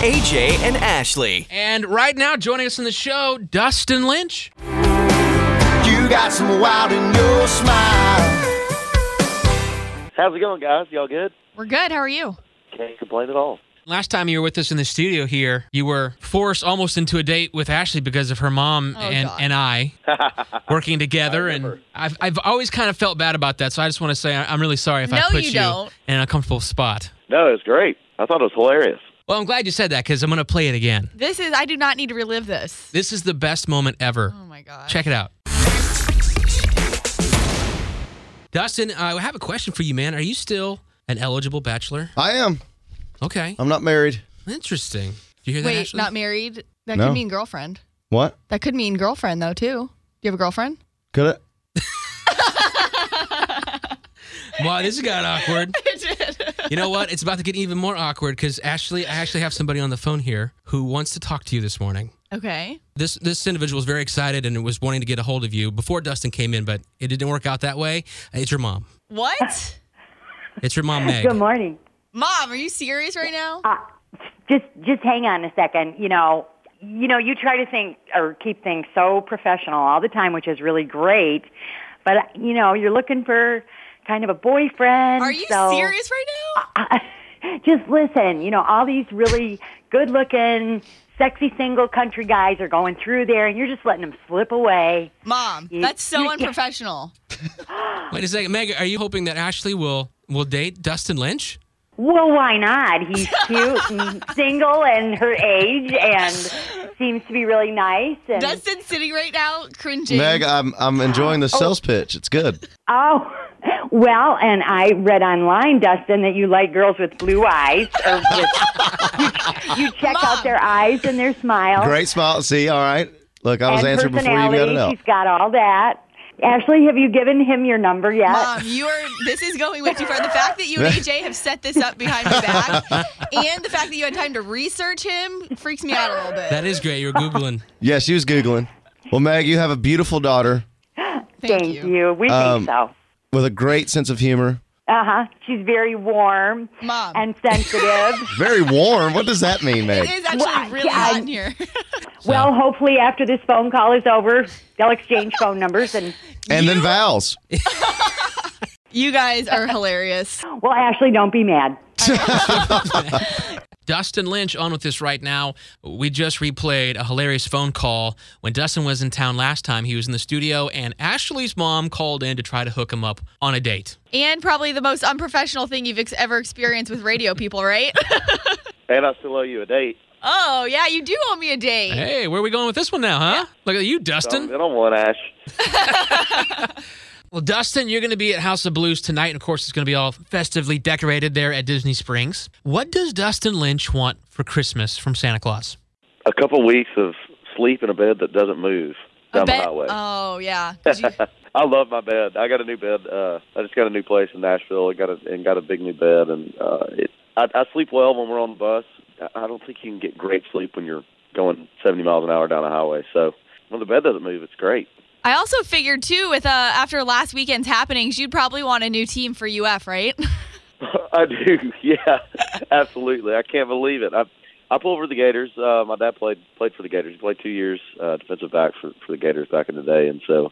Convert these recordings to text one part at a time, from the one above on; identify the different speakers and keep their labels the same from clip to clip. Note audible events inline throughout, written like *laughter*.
Speaker 1: AJ and Ashley.
Speaker 2: And right now, joining us in the show, Dustin Lynch.
Speaker 3: You got some wild in your smile.
Speaker 4: How's it going, guys? Y'all good?
Speaker 5: We're good. How are you?
Speaker 4: Can't complain at all.
Speaker 2: Last time you were with us in the studio here, you were forced almost into a date with Ashley because of her mom
Speaker 5: Oh,
Speaker 2: and,
Speaker 5: God.
Speaker 2: and
Speaker 5: *laughs*
Speaker 2: I working together. and I've, I've always kind of felt bad about that. So I just want to say I- I'm really sorry if I
Speaker 5: No,
Speaker 2: put
Speaker 5: you
Speaker 2: you
Speaker 5: don't.
Speaker 2: in an uncomfortable spot.
Speaker 4: No, it's great. I thought it was hilarious.
Speaker 2: Well, I'm glad you said that because I'm going to play it again.
Speaker 5: This is. I do not need to relive this.
Speaker 2: This is the best moment ever.
Speaker 5: Oh my god.
Speaker 2: Check it out. Dustin, I have a question for you, man. Are you still an eligible bachelor?
Speaker 3: I am.
Speaker 2: Okay.
Speaker 3: I'm not married.
Speaker 2: Interesting. Do you hear that?
Speaker 5: Wait,
Speaker 2: Ashley?
Speaker 5: not married. That
Speaker 3: No.
Speaker 5: could mean girlfriend.
Speaker 3: What?
Speaker 5: That could mean girlfriend though too. Do you have a girlfriend?
Speaker 3: Could it?
Speaker 2: Wow, this got
Speaker 5: *laughs*
Speaker 2: awkward. You know what? It's about to get even more awkward because Ashley, I actually have somebody on the phone here who wants to talk to you this morning.
Speaker 5: Okay.
Speaker 2: This this individual was very excited and was wanting to get a hold of you before Dustin came in, but it didn't work out that way. It's your mom.
Speaker 5: What?
Speaker 2: It's your mom, Meg.
Speaker 6: Good morning.
Speaker 5: *laughs* Mom, are you serious right now?
Speaker 6: Uh, just just hang on a second. You know, you know, you try to think or keep things so professional all the time, which is really great. But uh, you know, you're looking for kind of a boyfriend.
Speaker 5: Are you
Speaker 6: so-
Speaker 5: serious right
Speaker 6: Uh,
Speaker 5: now?
Speaker 6: Just listen. You know, all these really good-looking, sexy single country guys are going through there, and you're just letting them slip away.
Speaker 5: Mom,
Speaker 6: you-
Speaker 5: that's so
Speaker 6: you- *laughs*
Speaker 5: unprofessional.
Speaker 2: Wait a second, Meg. Are you hoping that Ashley will will date Dustin Lynch?
Speaker 6: Well, why not? He's cute
Speaker 5: *laughs*
Speaker 6: and single and her age, and seems to be really nice. And
Speaker 5: Dustin's sitting right now cringing.
Speaker 3: Meg, I'm I'm enjoying the sales pitch. It's good.
Speaker 6: Oh, well, and I read online, Dustin, that you like girls with blue eyes. Or with, you, you check out their eyes and their smiles.
Speaker 3: Great smile. See, all right. Look, I was
Speaker 6: Oh. and
Speaker 3: answered before you got
Speaker 6: personality.
Speaker 3: it out.
Speaker 6: She's got all that. Ashley, have you given him your number yet?
Speaker 5: Mom, you are. This is going way too far. The fact that you
Speaker 3: *laughs*
Speaker 5: and AJ have set this up behind my back, and the fact that you had time to research him, freaks me out a little bit.
Speaker 2: That is great. You're googling.
Speaker 3: Yeah, she was Googling. Well, Meg, you have a beautiful daughter
Speaker 5: Thank,
Speaker 6: Thank you. We
Speaker 3: Um,
Speaker 6: think so.
Speaker 3: with a great sense of humor.
Speaker 6: Uh huh. She's very warm
Speaker 5: Mom.
Speaker 6: and sensitive.
Speaker 3: *laughs* Very warm. What does that mean, Meg?
Speaker 5: It is actually
Speaker 6: Well,
Speaker 5: really
Speaker 6: yeah,
Speaker 5: hot
Speaker 6: I-
Speaker 5: in here.
Speaker 6: well, hopefully, after this phone call is over, they'll exchange phone numbers. And,
Speaker 3: And then vowels.
Speaker 5: You guys are hilarious.
Speaker 6: well, Ashley, don't be mad.
Speaker 2: Dustin Lynch on with us right now. We just replayed a hilarious phone call when Dustin was in town last time. He was in the studio, and Ashley's mom called in to try to hook him up on a date.
Speaker 5: And probably the most unprofessional thing you've ex- ever experienced with radio people, right? *laughs*
Speaker 4: And I still owe you a date.
Speaker 5: oh, yeah, you do owe me a date.
Speaker 2: Hey, where are we going with this one now, huh? Look at you,
Speaker 4: I'm
Speaker 2: Dustin.
Speaker 4: in on one, Ash.
Speaker 2: Well, Dustin, you're going to be at House of Blues tonight, and of course, it's going to be all festively decorated there at Disney Springs. What does Dustin Lynch want for Christmas from Santa Claus?
Speaker 4: A couple weeks of sleep in a bed that doesn't move
Speaker 5: A
Speaker 4: down the
Speaker 5: bet-
Speaker 4: highway.
Speaker 5: Oh,
Speaker 4: *laughs*
Speaker 5: yeah. 'Cause you-
Speaker 4: I love my bed. I got a new bed. Uh, I just got a new place in Nashville. I got a, and got a big new bed, and uh, it, I, I sleep well when we're on the bus. I I don't think you can get great sleep when you're going 70 miles an hour down a highway. So when the bed doesn't move, it's great.
Speaker 5: I also figured, too, with uh, after last weekend's happenings, you'd probably want a new team for UF, right? *laughs*
Speaker 4: *laughs* I do. Yeah, absolutely. I can't believe it. I I pull for the Gators. Uh, my dad played played for the Gators. He played two years uh, defensive back for for the Gators back in the day, and so.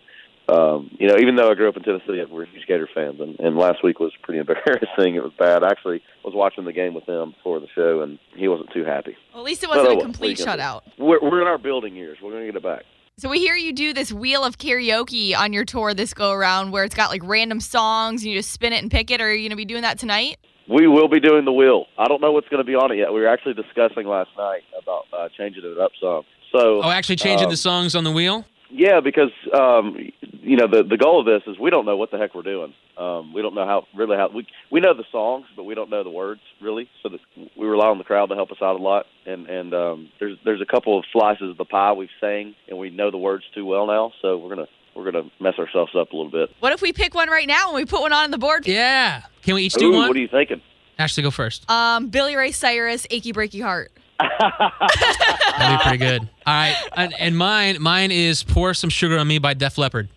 Speaker 4: Um, you know, even though I grew up in Tennessee, we're huge Gator fans, and, and last week was pretty *laughs* embarrassing. It was bad. I actually was watching the game with him before the show, and he wasn't too happy.
Speaker 5: well, at least it
Speaker 4: But,
Speaker 5: wasn't
Speaker 4: oh,
Speaker 5: a complete
Speaker 4: we can-
Speaker 5: shutout.
Speaker 4: We're, we're in our building years. We're going to get it back.
Speaker 5: So we hear you do this wheel of karaoke on your tour this go around where it's got like random songs and you just spin it and pick it. Are you going to be doing that tonight?
Speaker 4: We will be doing the wheel. I don't know what's going to be on it yet. We were actually discussing last night about uh, changing it up some. So,
Speaker 2: Oh, actually, changing
Speaker 4: um,
Speaker 2: the songs on the wheel?
Speaker 4: Yeah, because um, you know the the goal of this is we don't know what the heck we're doing. Um, we don't know how really how we we know the songs, but we don't know the words really. So that we rely on the crowd to help us out a lot. And and um, there's there's a couple of slices of the pie we've sang, and we know the words too well now. So we're gonna we're gonna mess ourselves up a little bit.
Speaker 5: What if we pick one right now and we put one on the board?
Speaker 2: Yeah. Can we each do
Speaker 4: Ooh,
Speaker 2: one?
Speaker 4: what are you thinking?
Speaker 2: Ashley, go first.
Speaker 5: Um, Billy Ray Cyrus, Achy Breaky Heart.
Speaker 2: That'd be pretty good. All right, and, and mine, mine is "Pour Some Sugar on Me" by Def Leppard.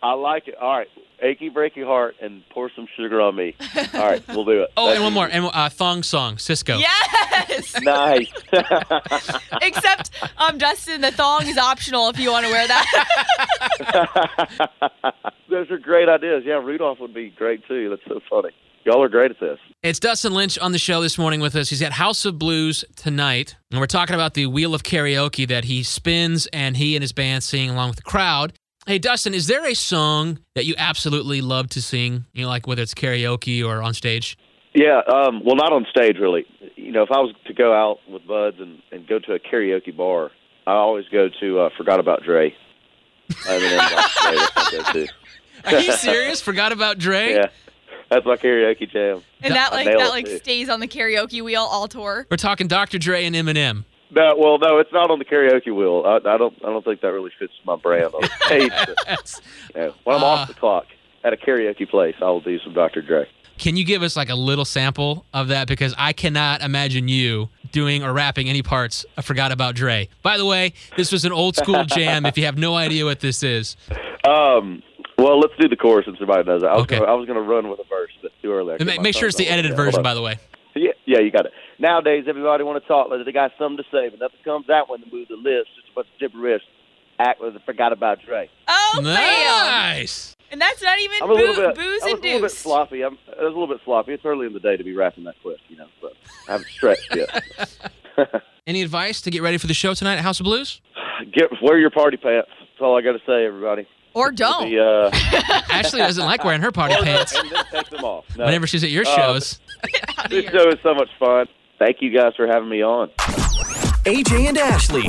Speaker 4: I like it. All right, achy, breaky heart, and pour some sugar on me. All right, we'll do it.
Speaker 2: *laughs* Oh,
Speaker 4: That's
Speaker 2: and one more.
Speaker 4: easy.
Speaker 2: And uh, Thong Song, Cisco.
Speaker 5: Yes.
Speaker 4: *laughs* Nice.
Speaker 5: Except, um, Dustin, the thong is optional if you want to wear that.
Speaker 4: Those are great ideas. Yeah, Rudolph would be great too. That's so funny. Y'all are great at this.
Speaker 2: It's Dustin Lynch on the show this morning with us. He's at House of Blues tonight, and we're talking about the wheel of karaoke that he spins and he and his band sing along with the crowd. Hey, Dustin, is there a song that you absolutely love to sing? You know, like whether it's karaoke or on stage?
Speaker 4: Yeah, um, well, not on stage, really. You know, if I was to go out with buds and, and go to a karaoke bar, I always go to uh, "Forgot About Dre." I mean, that's Dre, that's my go-to.
Speaker 2: Are you serious? Forgot about Dre?
Speaker 4: Yeah, that's my karaoke jam.
Speaker 5: And that like
Speaker 4: Nailed
Speaker 5: that
Speaker 4: it,
Speaker 5: like
Speaker 4: too.
Speaker 5: stays on the karaoke wheel all tour.
Speaker 2: We're talking Dr. Dre and Eminem.
Speaker 4: No, well, no, it's not on the karaoke wheel. I, I don't, I don't think that really fits my brand on stage. but,
Speaker 2: That's-
Speaker 4: you know, when I'm
Speaker 2: Uh.
Speaker 4: off the clock at a karaoke place, I will do some Dr. Dre.
Speaker 2: Can you give us like a little sample of that? Because I cannot imagine you doing or rapping any parts of Forgot About Dre. By the way, this was an old
Speaker 4: *laughs*
Speaker 2: school jam if you have no idea what this is.
Speaker 4: Um, well, let's do the chorus since everybody knows that. I was
Speaker 2: Okay.
Speaker 4: gonna, I was going to run with a verse, but too early. I
Speaker 2: And
Speaker 4: cut
Speaker 2: ma-
Speaker 4: my
Speaker 2: make sure
Speaker 4: phone
Speaker 2: it's the
Speaker 4: off.
Speaker 2: edited
Speaker 4: Yeah, hold
Speaker 2: version,
Speaker 4: on.
Speaker 2: by the way.
Speaker 4: Yeah, yeah, you got it. Nowadays, everybody want to talk like they got something to say, but nothing comes out when they move the lips. Just a bunch of gibberish. Act like they forgot about Dre.
Speaker 5: Oh man!
Speaker 2: Nice.
Speaker 5: And that's not even
Speaker 4: I'm a little
Speaker 5: boo-
Speaker 4: bit, I
Speaker 5: booze
Speaker 4: was a little bit
Speaker 5: induced.
Speaker 4: sloppy. I'm, I was a little bit sloppy. It's early in the day to be rapping that quick, you know. But I haven't stretched
Speaker 2: *laughs*
Speaker 4: yet.
Speaker 2: Any advice to get ready for the show tonight at House of Blues?
Speaker 4: Get wear your party pants. That's all I got to say, everybody.
Speaker 5: or
Speaker 2: Oh.
Speaker 5: don't.
Speaker 4: The, uh,
Speaker 2: Ashley doesn't like wearing her
Speaker 4: *laughs*
Speaker 2: party pants
Speaker 4: and then take
Speaker 2: *laughs*
Speaker 4: them off. No,
Speaker 2: whenever she's at your
Speaker 4: Uh,
Speaker 2: shows.
Speaker 4: *laughs* this show is so much fun. Thank you guys for having me on.
Speaker 1: AJ and Ashley.